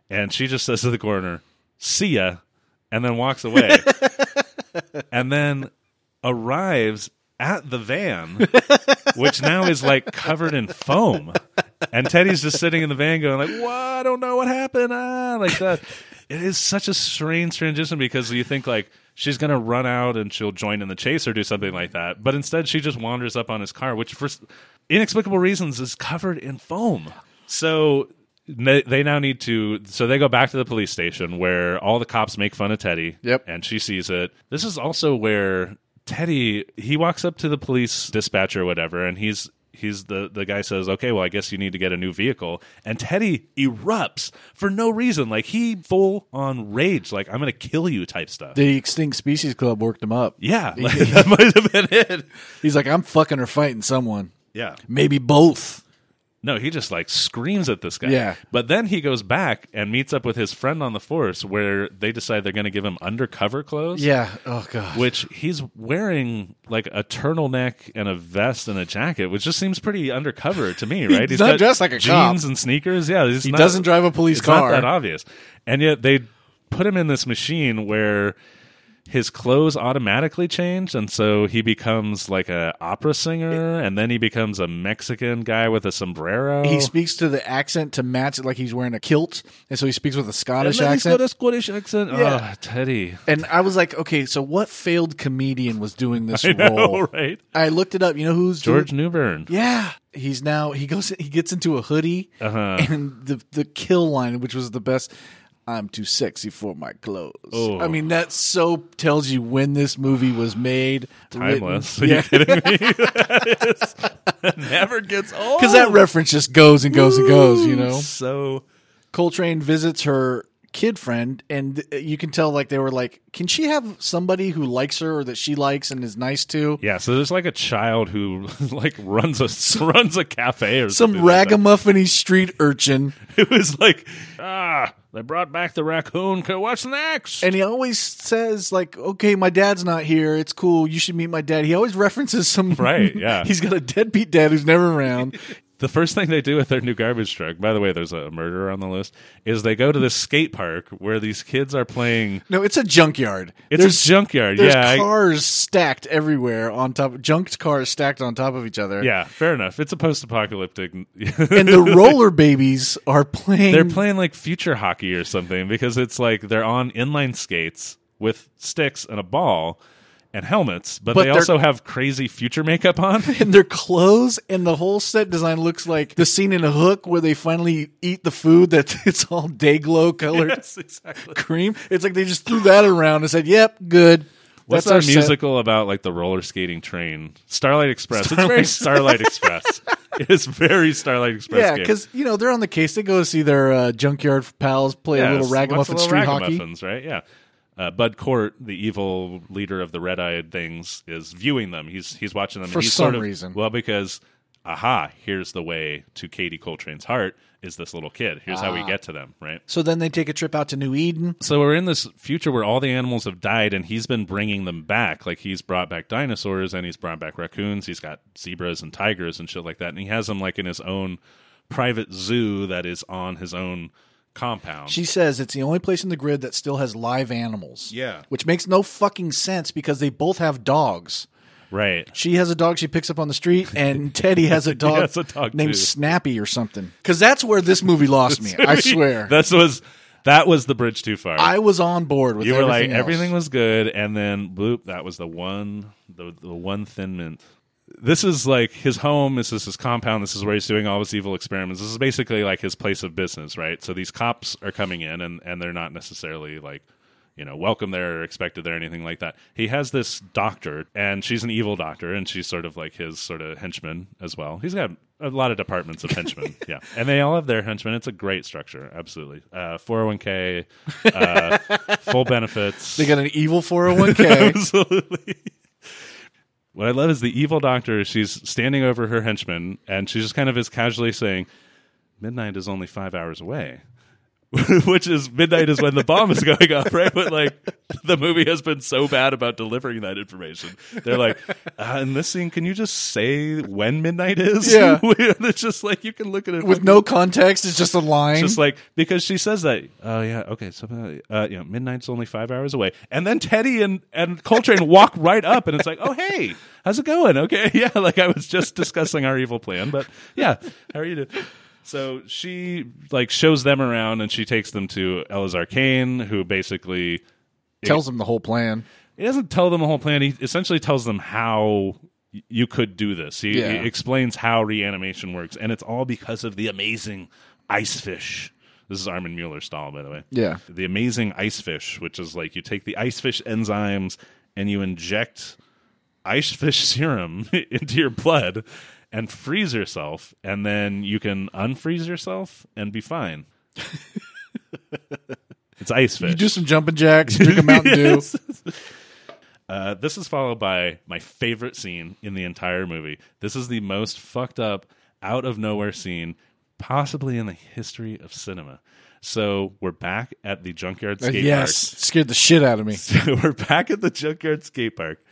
and she just says to the coroner, "See ya," and then walks away. and then arrives at the van, which now is like covered in foam. And Teddy's just sitting in the van going like, "What? I don't know what happened." Ah, like that. It is such a strange transition because you think like she's going to run out and she'll join in the chase or do something like that, but instead she just wanders up on his car, which for s- inexplicable reasons is covered in foam. So they, they now need to so they go back to the police station where all the cops make fun of Teddy. Yep. And she sees it. This is also where Teddy he walks up to the police dispatcher or whatever and he's he's the the guy says, "Okay, well I guess you need to get a new vehicle." And Teddy erupts for no reason. Like he full on rage like I'm going to kill you type stuff. The Extinct Species Club worked him up. yeah. like, that might have been it. He's like, I'm fucking or fighting someone. Yeah. Maybe both. No, he just like screams at this guy. Yeah. But then he goes back and meets up with his friend on the force where they decide they're going to give him undercover clothes. Yeah. Oh, God. Which he's wearing like a turtleneck and a vest and a jacket, which just seems pretty undercover to me, right? He's not dressed like a cop. jeans and sneakers. Yeah, he doesn't drive a police it's car. not that obvious. And yet they put him in this machine where his clothes automatically change and so he becomes like a opera singer and then he becomes a Mexican guy with a sombrero. he speaks to the accent to match it like he's wearing a kilt. And so he speaks with a Scottish accent. a Scottish accent. Yeah. Oh, Teddy. and I was like, okay, so what failed comedian was doing this I know, role? right? I looked it up. You know who's doing- George Newbern. Yeah, he's now he goes he gets into a hoodie Uh-huh. and the the kill line, which was the best. I'm too sexy for my clothes. Oh. I mean, that so tells you when this movie was made. written. Timeless. Are yeah, you kidding me? That is- never gets old. because that reference just goes and goes and goes. You Ooh, know, So Coltrane visits her kid friend, and uh, you can tell like they were like, can she have somebody who likes her or that she likes and is nice to? yeah, so there's like a child who like runs a runs a cafe or Some something like that. ragamuffiny street urchin. It was like ah, they brought back the raccoon. Co- What's next? and he always says like okay my dad's not here it's cool you should meet my dad he always references some Right, yeah. he's got a deadbeat dad who's never around the first thing they do with their new garbage truck, by the way, there's a murderer on the list, is they go to this skate park where these kids are playing. no it's a junkyard It's there's, a junkyard. there's yeah, I- cars stacked everywhere on top junked cars stacked on top of each other Yeah, fair enough. It's a post-apocalyptic. and the roller babies are playing they're playing like future hockey or something because it's like they're on inline skates with sticks and a ball and helmets, but, But they they're- also have crazy future makeup on. and their clothes and the whole set design looks like the scene in a hook where they finally eat the food that it's all day glow colored yes, exactly. cream it's like they just threw that around and said yep good What's That's our our set. musical about like the roller skating train? Starlight Express. It's very Starlight Express. It is very Starlight Express. Yeah, game. because you know they're on the case. They go to see their uh, junkyard pals play a Yeah, little it's- what's ragamuffin the little street hockey. ragamuffins, right? Yeah. Uh, Bud Court, the evil leader of the red-eyed things, is viewing them. He's he's watching them and For he's some sort of- reason. Well, because aha, here's the way to Katie Coltrane's heart is this little kid. Here's Ah. how we get to them, right? So then they take a trip out to New Eden. So we're in this future where all the animals have died, and he's been bringing them back. Like he's brought back dinosaurs, and he's brought back raccoons. He's got zebras and tigers and shit like that, and he has them like in his own private zoo that is on his own compound. She says it's the only place in the grid that still has live animals. Yeah. which makes no fucking sense because they both have dogs. right. She has a dog she picks up on the street, and Teddy has a dog, has a dog, named too. Snappy or something. Because that's where this movie lost me. I swear, This was that was the bridge too far. I was on board with you were like else. everything was good, and then bloop, that was the one the the one thin mint. This is like his home. This is his compound. This is where he's doing all his evil experiments. This is basically like his place of business, right? So these cops are coming in, and and they're not necessarily like you know welcome there or expected there or anything like that. He has this doctor, and she's an evil doctor, and she's sort of like his sort of henchman as well. He's got a lot of departments of henchmen, yeah, and they all have their henchmen. It's a great structure, absolutely. Uh, Four hundred one k, uh, full benefits. They got an evil four hundred one k. Absolutely. What I love is the evil doctor. She's standing over her henchman, and she's just kind of is casually saying, "Midnight is only five hours away," which is midnight is when the bomb is going off, right? But like the movie has been so bad about delivering that information. They're like, uh, in this scene, can you just say when midnight is? Yeah. it's just like you can look at it With no context, it's just a line. just like because she says that. Oh yeah, okay. So uh, you know, midnight's only five hours away, and then Teddy and and Coltrane walk right up, and it's like, oh hey, how's it going? Okay, yeah. Like I was just discussing our evil plan, but yeah, how are you doing? So she like shows them around, and she takes them to Elazar Kane, who basically tells him the whole plan. he doesn't tell them the whole plan. He essentially tells them how y- you could do this. He, Yeah. he explains how reanimation works, and it's all because of the amazing ice fish. This is Armin Mueller style, by the way. Yeah. The amazing ice fish, which is like you take the ice fish enzymes and you inject ice fish serum into your blood and freeze yourself, and then you can unfreeze yourself and be fine. it's ice fish. You do some jumping jacks, drink a Mountain Dew. Yes. Uh, this is followed by my favorite scene in the entire movie. This is the most fucked up, out of nowhere scene possibly in the history of cinema. So we're back at the junkyard skate Uh, Yes, scared the shit out of me. park. So we're back at the junkyard skate park.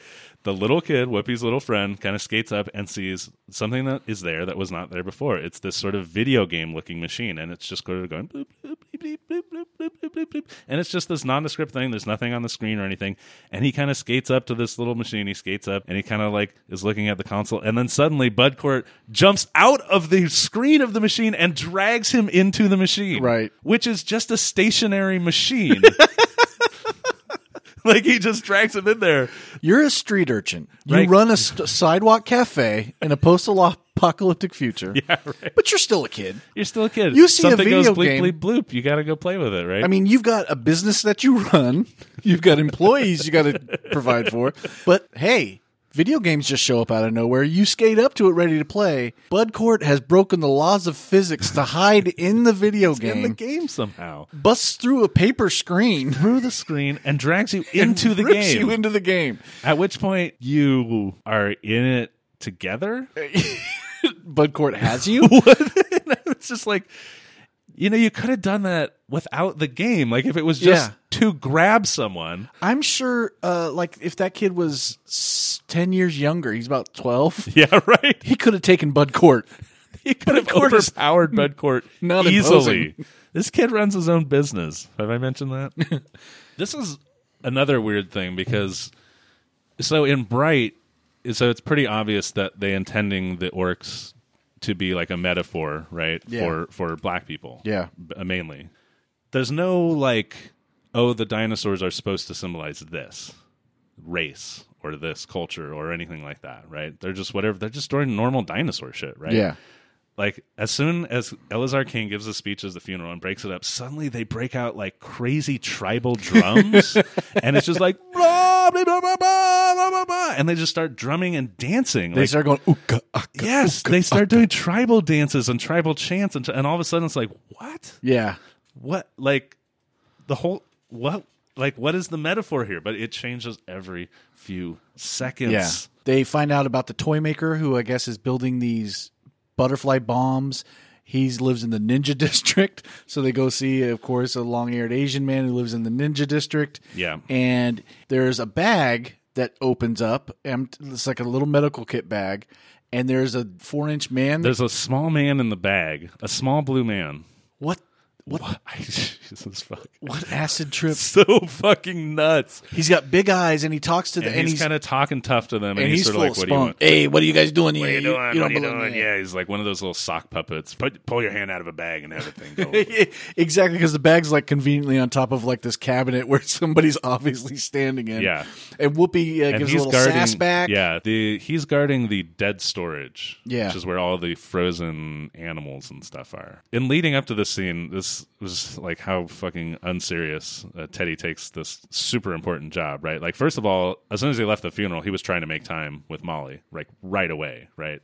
The little kid, Whoopi's little friend, kind of skates up and sees something that is there that was not there before. It's this sort of video game looking machine, and it's just sort of going bloop, bloop, bleep, bleep, bloop, bloop, bloop, bloop, bloop. and it's just this nondescript thing. There's nothing on the screen or anything. And he kind of skates up to this little machine. He skates up and he kind of like is looking at the console. And then suddenly Bud Court jumps out of the screen of the machine and drags him into the machine. Right. Which is just a stationary machine. like he just drags him in there. You're a street urchin. You Right. run a st- sidewalk cafe in a post-apocalyptic future, Yeah, right. but you're still a kid. You're still a kid. You see a Something video goes bleep, game- bleep, bloop. You got to go play with it, right? I mean, you've got a business that you run. You've got employees you got to provide for. But hey, video games just show up out of nowhere. You skate up to it ready to play. Bud Court has broken the laws of physics to hide in the video game, in the game somehow. busts through a paper screen, Through the screen and drags you into the rips game. you into the game. At which point you are in it together. Bud Court has you. it's just like you know, you could have done that without the game. Like if it was just Yeah. to grab someone. I'm sure, uh, like, if that kid was s- 10 years younger, he's about 12, Yeah, right. he could have taken Bud Court. He could have Court is overpowered Bedcourt not easily. This kid runs his own business. Have I mentioned that? this is another weird thing because so in Bright, so it's pretty obvious that they intending the orcs to be like a metaphor, right? Yeah. For for black people. Yeah. b- uh, mainly. There's no like, oh, the dinosaurs are supposed to symbolize this race or this culture or anything like that, right? They're just whatever. They're just doing normal dinosaur shit, right? Yeah. Like as soon as Elazar King gives a speech at the funeral and breaks it up, suddenly they break out like crazy tribal drums, and it's just like blah, blah, blah, blah, blah, blah, blah, blah, and they just start drumming and dancing. They like, start going, ah, ooka, aka. yes, they start doing tribal dances and tribal chants, and, and all of a sudden it's like what? Yeah. what like the whole what like what is the metaphor here but it changes every few seconds Yeah. They find out about the toy maker who I guess is building these butterfly bombs. He lives in the ninja district. So they go see, of course, a long haired Asian man who lives in the ninja district. Yeah. And there's a bag that opens up. And it's like a little medical kit bag. And there's a four inch man. there's a small man in the bag a small blue man what? What? jesus fuck What acid trip? so fucking nuts He's got big eyes and he talks to the and, and, he's, he's, kind of talking tough to them and, and he's, he's, sort full of of like what do you spunk. want Hey, what are you guys doing? what are here? you doing? What are you belong doing? here." Yeah, he's like one of those little sock puppets. Put, pull your hand out of a bag and have a thing go. exactly because the bag's like conveniently on top of like this cabinet where somebody's obviously standing in. Yeah. and Whoopi uh, and gives a he's little guarding, sass back. Yeah, the he's guarding the dead storage. Yeah. which is where all the frozen animals and stuff are. In leading up to this scene, this was like how fucking unserious uh, Teddy takes this super important job, right? Like, first of all, as soon as he left the funeral, he was trying to make time with Molly, like right away, right?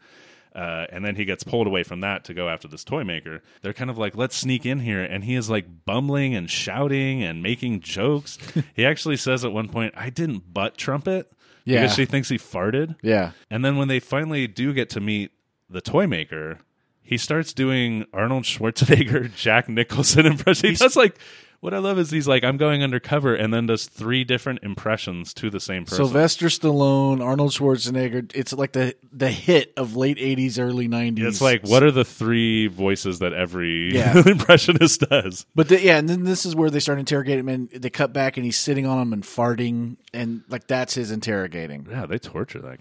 Uh, and then he gets pulled away from that to go after this toy maker. They're kind of like, let's sneak in here. And he is like bumbling and shouting and making jokes. he actually says at one point, I didn't butt trumpet. Yeah. Because she thinks he farted. yeah, And then when they finally do get to meet the toy maker, he starts doing Arnold Schwarzenegger, Jack Nicholson impression. He does like what I love is he's like, I'm going undercover, and then does three different impressions to the same person. Sylvester Stallone, Arnold Schwarzenegger. It's like the the hit of late '80s, early '90s. it's like, what are the three voices that every Yeah. impressionist does? But the, yeah, and then this is where they start interrogating him, and they cut back, and he's sitting on him and farting, and like that's his interrogating. Yeah, they torture that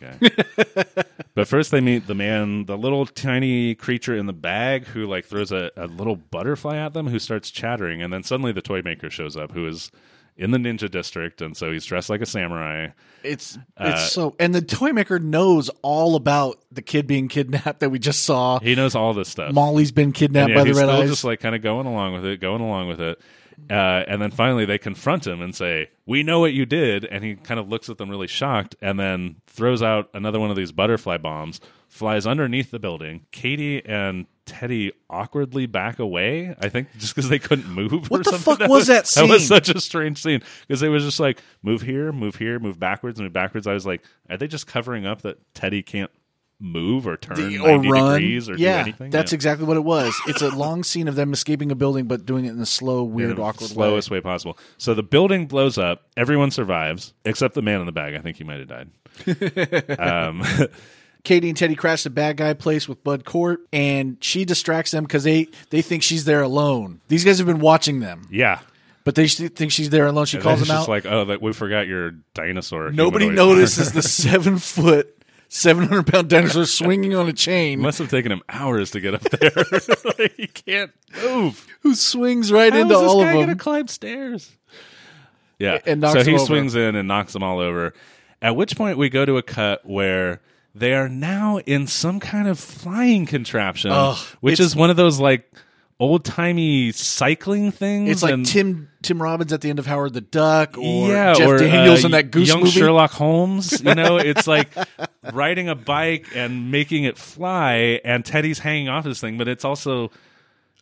guy. but first, they meet the man, the little tiny creature in the bag who like throws a, a little butterfly at them, who starts chattering, and then suddenly the toy maker shows up, who is in the ninja district, and so he's dressed like a samurai. It's it's Uh, so, and the toy maker knows all about the kid being kidnapped that we just saw. He knows all this stuff. Molly's been kidnapped yeah, by the he's red still eyes. just like kind of going along with it, going along with it. Uh, and then finally they confront him and say, "We know what you did." And he kind of looks at them really shocked, and then throws out another one of these butterfly bombs, flies underneath the building. Katie and Teddy awkwardly back away. I think just because they couldn't move. What or the something. fuck was that That was scene? such a strange scene because it was just like move here, move here, move backwards, move backwards. I was like, are they just covering up that Teddy can't move or turn The- 90 degrees or do yeah, anything? that's Yeah. exactly what it was. It's a long scene of them escaping a building, but doing it in a slow, weird, in the awkward way. slowest way. possible. So the building blows up. Everyone survives except the man in the bag. I think he might have died. Katie and Teddy crash the bad guy place with Bud Court, and she distracts them because they they think she's there alone. These guys have been watching them, Yeah, but they sh- think she's there alone. She calls It's them just out. like, oh, that, we forgot your dinosaur. Nobody humanoid. notices the seven foot, seven hundred pound dinosaur swinging on a chain, Must have taken him hours to get up there. Like, he can't move. who swings right How is into this all guy of gonna them. climb stairs? Yeah, And knocks so them he over. swings in and knocks them all over. At which point we go to a cut where they are now in some kind of flying contraption, Ugh, which it's- is one of those like old timey cycling things. It's like and- Tim Tim Robbins at the end of Howard the Duck, or yeah, Jeff or, Daniels uh, in that Goose young movie. Sherlock Holmes. You know, it's like riding a bike and making it fly, and Teddy's hanging off this thing, but it's also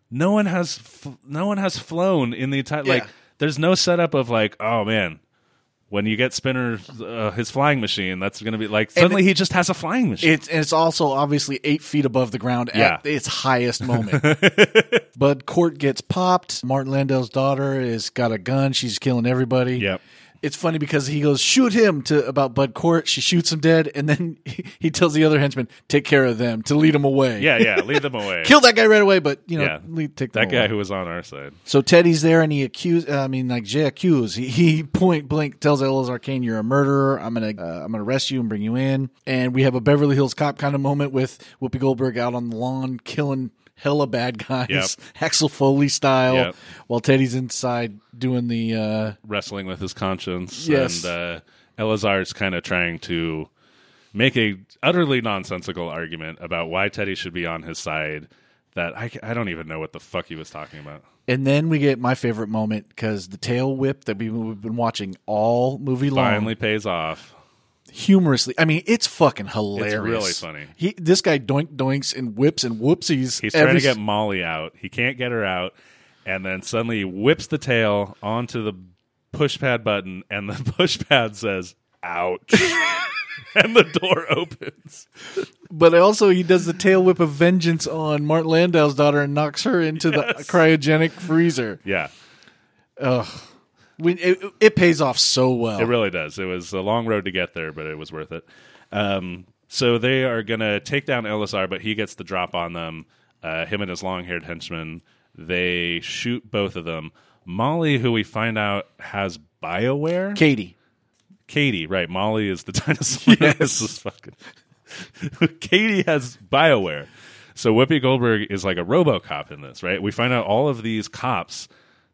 no one has f- no one has flown in the entire like. Yeah. There's no setup of like, oh man, when you get Spinner uh, his flying machine, that's gonna be like suddenly he just has a flying machine. It's and it's also obviously eight feet above the ground at its highest moment. Bud Court gets popped. Martin Landau's daughter has got a gun. She's killing everybody. Yep. It's funny because he goes shoot him to about Bud Court. She shoots him dead, and then he, he tells the other henchman take care of them to lead him away. yeah, yeah, lead them away. kill that guy right away. But you know, Yeah. lead, take them that guy away. who was on our side. So Teddy's there, and he accuse. uh, I mean, like Jay accused. He, he point blank tells Ellis Arcane, "You're a murderer. I'm gonna uh, I'm gonna arrest you and bring you in." And we have a Beverly Hills Cop kind of moment with Whoopi Goldberg out on the lawn killing hella bad guys, Yep. Axel Foley style, Yep. while Teddy's inside doing the. Uh, wrestling with his conscience. Yes. And uh, Elazar's kind of trying to make a utterly nonsensical argument about why Teddy should be on his side. That I, I don't even know what the fuck he was talking about. and then we get my favorite moment because the tail whip that we, we've been watching all movie long. Finally pays off. humorously. I mean, it's fucking hilarious. really funny. He, this guy doink doinks and whips and whoopsies. He's every trying to s- get Molly out. He can't get her out. And then suddenly he whips the tail onto the push pad button, and the push pad says, ouch. and the door opens. But also, he does the tail whip of vengeance on Martin Landau's daughter and knocks her into the cryogenic freezer. Yeah. We, it, it pays off so well. It really does. It was a long road to get there, but it was worth it. Um, so they are going to take down LSR, but he gets the drop on them. Uh, him and his long haired henchman. They shoot both of them. Molly, who we find out has BioWare. Katie. Katie, right. Molly is the dinosaur. this is fucking. Katie has Bioware. So Whoopi Goldberg is like a RoboCop in this, right? We find out all of these cops,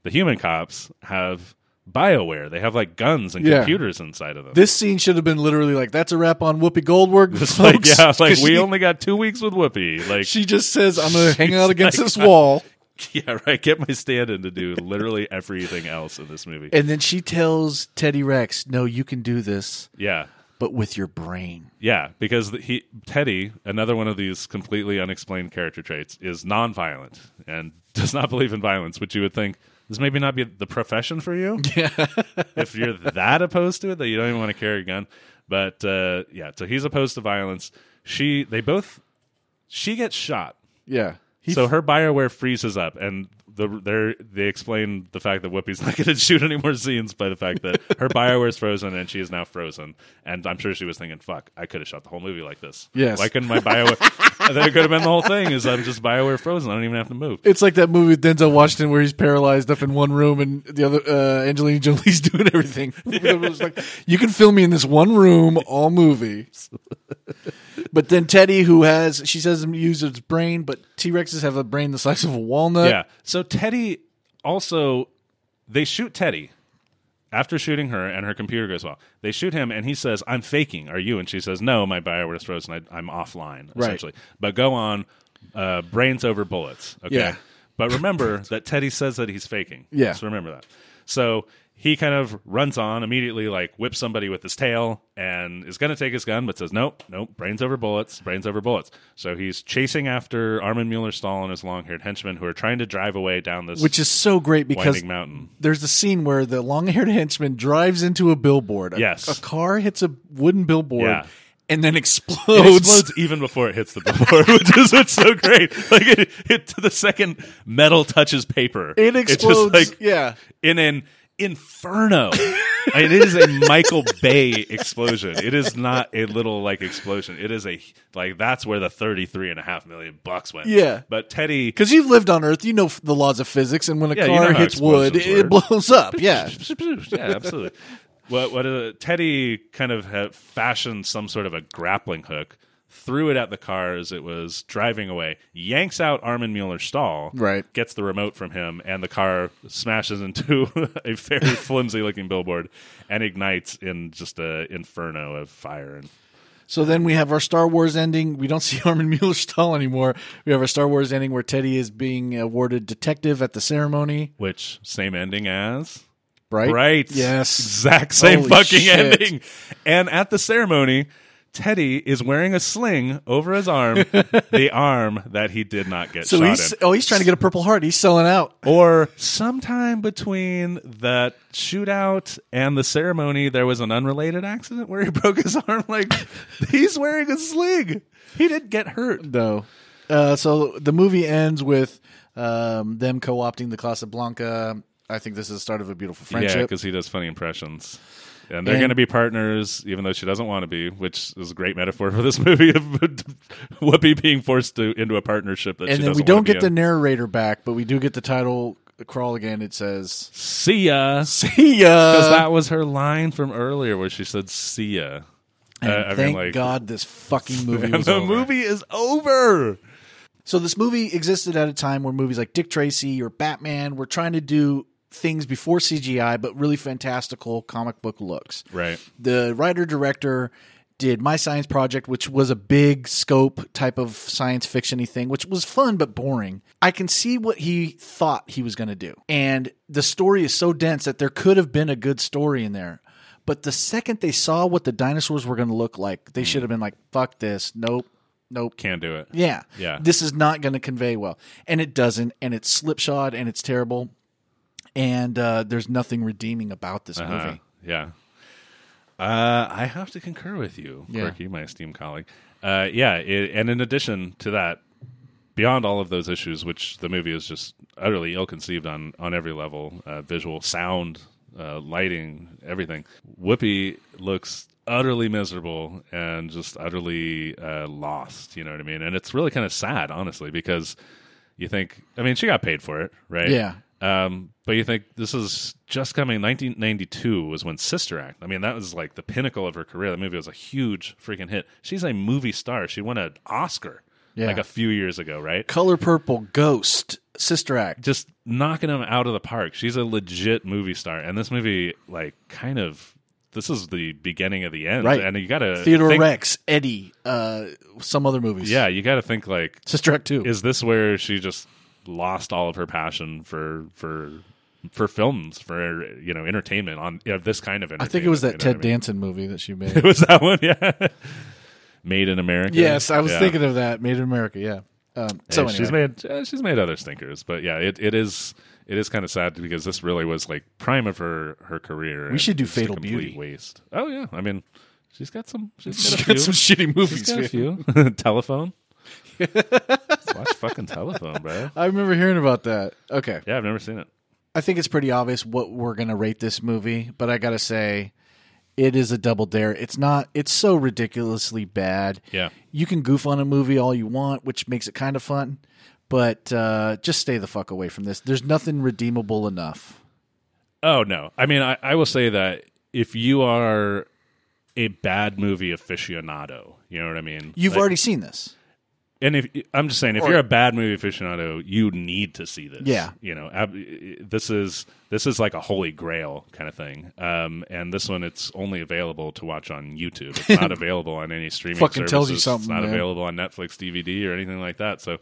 the human cops, have Bioware. They have like guns and Yeah. computers inside of them. This scene should have been literally like, that's a wrap on Whoopi Goldberg. It's like, folks. yeah, like 'Cause we she, only got two weeks with Whoopi. Like, She just says, I'm going to hang out She's against like, this wall. yeah, right. Get my stand in to do literally everything else in this movie. And then she tells Teddy Rex, no, you can do this, Yeah. but with your brain. Yeah, because the- he Teddy, another one of these completely unexplained character traits, is nonviolent and does not believe in violence, which you would think this maybe not be the profession for you. if you're that opposed to it that you don't even want to carry a gun. But uh, yeah, so he's opposed to violence. She, they both, she gets shot Yeah. He, so her Bioware freezes up, and the they're- they explain the fact that Whoopi's not going to shoot any more scenes by the fact that her Bioware's frozen and she is now frozen. And I'm sure she was thinking, "Fuck, I could have shot the whole movie like this. Yes. why couldn't my Bioware? that could have been the whole thing. Is I'm just Bioware frozen. I don't even have to move. it's like that movie with Denzel Washington where he's paralyzed up in one room and the other uh, Angelina Jolie's doing everything. It's like, you can film me in this one room all movie. but then Teddy, who has she says uses his brain, but T Rexes have a brain the size of a walnut. yeah. So Teddy also they shoot Teddy after shooting her, and her computer goes off. They shoot him, and he says, "I'm faking. Are you?" And she says, "No, my Bioware is frozen. I, I'm offline Right. essentially." But go on, uh, brains over bullets. Okay. Yeah. But remember that Teddy says that he's faking. Yeah. So remember that. So he kind of runs on immediately, like whips somebody with his tail and is going to take his gun, but says, nope, nope, brains over bullets, brains over bullets. So he's chasing after Armin Mueller Stahl and his long haired henchmen who are trying to drive away down this Which is so great because winding mountain. there's a scene where the long-haired henchman drives into a billboard. A- Yes. a car hits a wooden billboard Yeah. and then It explodes. explodes even before it hits the billboard, which is what's so great. Like it, it to the second metal touches paper, It explodes. It's just like yeah, in an inferno. I mean, it is a Michael Bay explosion. It is not a little like explosion. It is a like that's where the 33 and a half million bucks went. Yeah. But Teddy because you've lived on Earth, you know f- the laws of physics, and when a Yeah, you car know how hits wood, explosions it blows up. Yeah, yeah, absolutely. What what uh, Teddy kind of had fashioned some sort of a grappling hook, threw it at the car as it was driving away, yanks out Armin Mueller's stall, Right. gets the remote from him, and the car smashes into a very flimsy looking billboard and ignites in just a inferno of fire and So then we have our Star Wars ending. We don't see Armin Mueller-Stahl anymore. We have our Star Wars ending where Teddy is being awarded detective at the ceremony. which same ending as Bright, Right. yes, Exact same Holy fucking shit. ending. And at the ceremony, Teddy is wearing a sling over his arm, the arm that he did not get so shot he's in. oh he's trying to get a Purple Heart. He's selling out. Or sometime between that shootout and the ceremony, there was an unrelated accident where he broke his arm. Like, he's wearing a sling. He didn't get hurt. No. Uh, so the movie ends with um, them co-opting the Casablanca. I think this is the start of a beautiful Yeah, friendship. because he does funny impressions. And they're And- going to be partners, even though she doesn't want to be, which is a great metaphor for this movie of Whoopi being forced to into a partnership that she and then doesn't we don't want to get be the in. narrator back, but we do get the title crawl again. It says, see ya. "See ya." Because that was her line from earlier where she said see ya. And Uh, I mean, thank like- God this fucking movie And was the over. movie is over. So this movie existed at a time where movies like Dick Tracy or Batman were trying to do things before CGI, but really fantastical comic book looks. Right. The writer director did My Science Project, which was a big scope type of science fiction y thing, which was fun but boring. I can see what he thought he was going to do. And the story is so dense that there could have been a good story in there. But the second they saw what the dinosaurs were going to look like, they should have been like, fuck this. Nope. Nope. Can't do it. Yeah. Yeah. This is not going to convey well. And it doesn't. And it's slipshod and it's terrible. And uh, there's nothing redeeming about this Uh, movie. yeah. Uh, I have to concur with you, Yeah. Quirky, my esteemed colleague. Uh, yeah, it, and in addition to that, beyond all of those issues, which the movie is just utterly ill-conceived on on every level, uh, visual, sound, uh, lighting, everything. Whoopi looks utterly miserable and just utterly uh, lost. You know what I mean? And it's really kind of sad, honestly, because you think, I mean, she got paid for it, right? Yeah. Um, but you think this is just coming? 1992 was when Sister Act. I mean, that was like the pinnacle of her career. That movie was a huge freaking hit. She's a movie star. She won an Oscar Yeah. like a few years ago, right? Color Purple, Ghost, Sister Act. Just knocking them out of the park. She's a legit movie star, and this movie, like, kind of. This is the beginning of the end, Right. And you got to Theodore think, Rex, Eddie, uh, some other movies. Yeah, you got to think like Sister Act 2. is this where she just lost all of her passion for for for films for you know entertainment on you know, this kind of I entertainment? think it was you that know Ted what I mean? Danson movie that she made. It was that one, yeah. Made in America. yes, I was Yeah. thinking of that. Made in America, yeah. Um, so anyway. Hey, she's made uh, she's made other stinkers, but yeah, it, it is it is kind of sad because this really was like prime of her her career. We should do Fatal Beauty. Waste. Oh yeah, I mean, she's got some. She's got, She's a few. got some shitty She's movies. got a man. few. Telephone. Watch fucking telephone, bro. I remember hearing about that. Okay. Yeah, I've never seen it. I think it's pretty obvious what we're going to rate this movie, but I got to say it is a double dare. It's not it's so ridiculously bad. Yeah. You can goof on a movie all you want, which makes it kind of fun, but uh just stay the fuck away from this. There's nothing redeemable enough. Oh no. I mean, I, I will say that if you are a bad movie aficionado, you know what I mean. You've Like, already seen this. and if I'm just saying, if Or- you're a bad movie aficionado, you need to see this. Yeah. you know, ab- this is this is like a holy grail kind of thing. Um, and this one, it's only available to watch on YouTube. It's not available on any streaming. Fucking services. tells you It's something, not man. available on Netflix, DVD, or anything like that. So.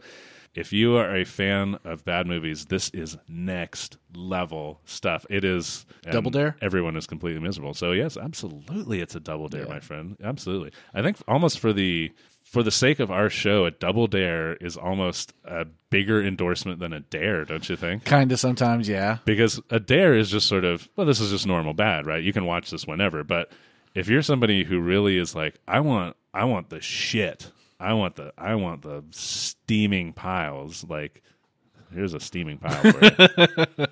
If you are a fan of bad movies, this is next level stuff. It is um, and Double dare? Everyone is completely miserable. So yes, absolutely, it's a double dare, my friend. Absolutely. I think almost for the for the sake of our show, a double dare is almost a bigger endorsement than a dare, don't you think? Kind of sometimes, yeah. Because a dare is just sort of well, this is just normal bad, right? You can watch this whenever, but if you're somebody who really is like, I want, I want the shit, I want the, I want the steaming piles, like. Here's a steaming pile. For you.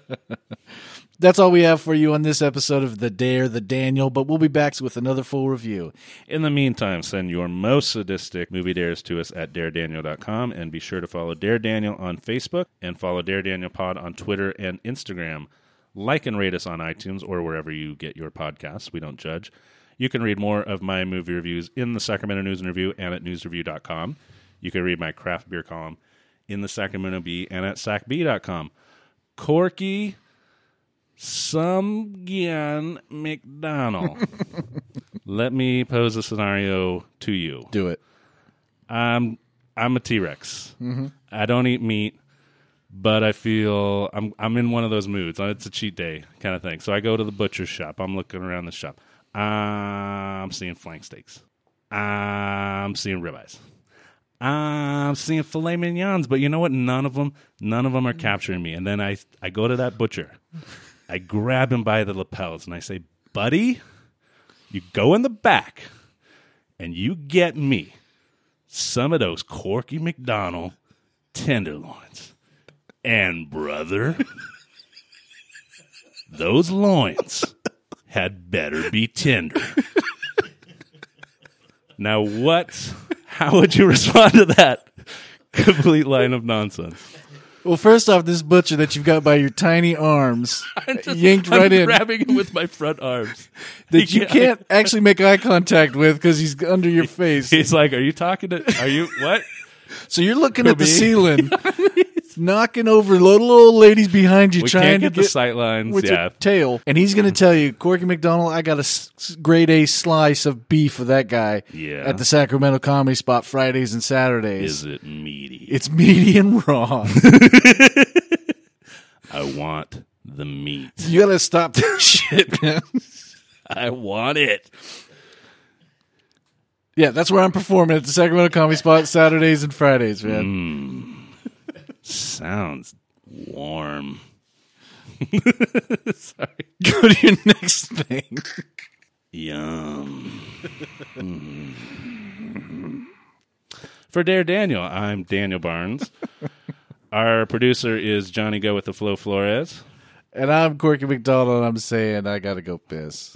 That's all we have for you on this episode of The Dare the Daniel, but we'll be back with another full review. In the meantime, send your most sadistic movie dares to us at daredaniel.com and be sure to follow Dare Daniel on Facebook and follow Dare Daniel Pod on Twitter and Instagram. Like and rate us on iTunes or wherever you get your podcasts. We don't judge. You can read more of my movie reviews in the Sacramento News and Review and at newsreview.com. You can read my craft beer column in the Sacramento Bee and at sacbee.com. Corky Sumgian McDonald. Let me pose a scenario to you. Do it. I'm I'm a T-Rex. I don't eat meat, but I feel I'm I'm in one of those moods. It's a cheat day kind of thing. So I go to the butcher shop. I'm looking around the shop. I'm seeing flank steaks. I'm seeing ribeyes. I'm seeing filet mignons, but you know what? None of them, none of them are capturing me. And then I, I go to that butcher. I grab him by the lapels and I say, "Buddy, you go in the back and you get me." some of those Corky McDonald tenderloins. And brother, those loins had better be tender. Now, what? How would you respond to that complete line of nonsense? Well, first off, this butcher that you've got by your tiny arms yanked I'm right in grabbing him with my front arms. that you can't actually make eye contact with because he's under your face. He's like, "Are you talking to? Are you what?" So you're looking at the be. ceiling, knocking over little old ladies behind you, We trying can't get to the get sight lines. with Yeah, your tail. And he's going to tell you, Corky McDonald, I got a s- s- grade A slice of beef for that guy Yeah. at the Sacramento Comedy Spot Fridays and Saturdays. is it meaty? It's medium raw. I want the meat. you got to stop that shit, man. I want it. Yeah, that's where I'm performing at the Sacramento Comedy Spot Saturdays and Fridays, man. Mm. Sounds warm. Sorry. Go to your next thing. Yum. For Dare Daniel, I'm Daniel Barnes. Our producer is Johnny Go with the Flow Flores. And I'm Corky McDonald, and I'm saying I got to go piss.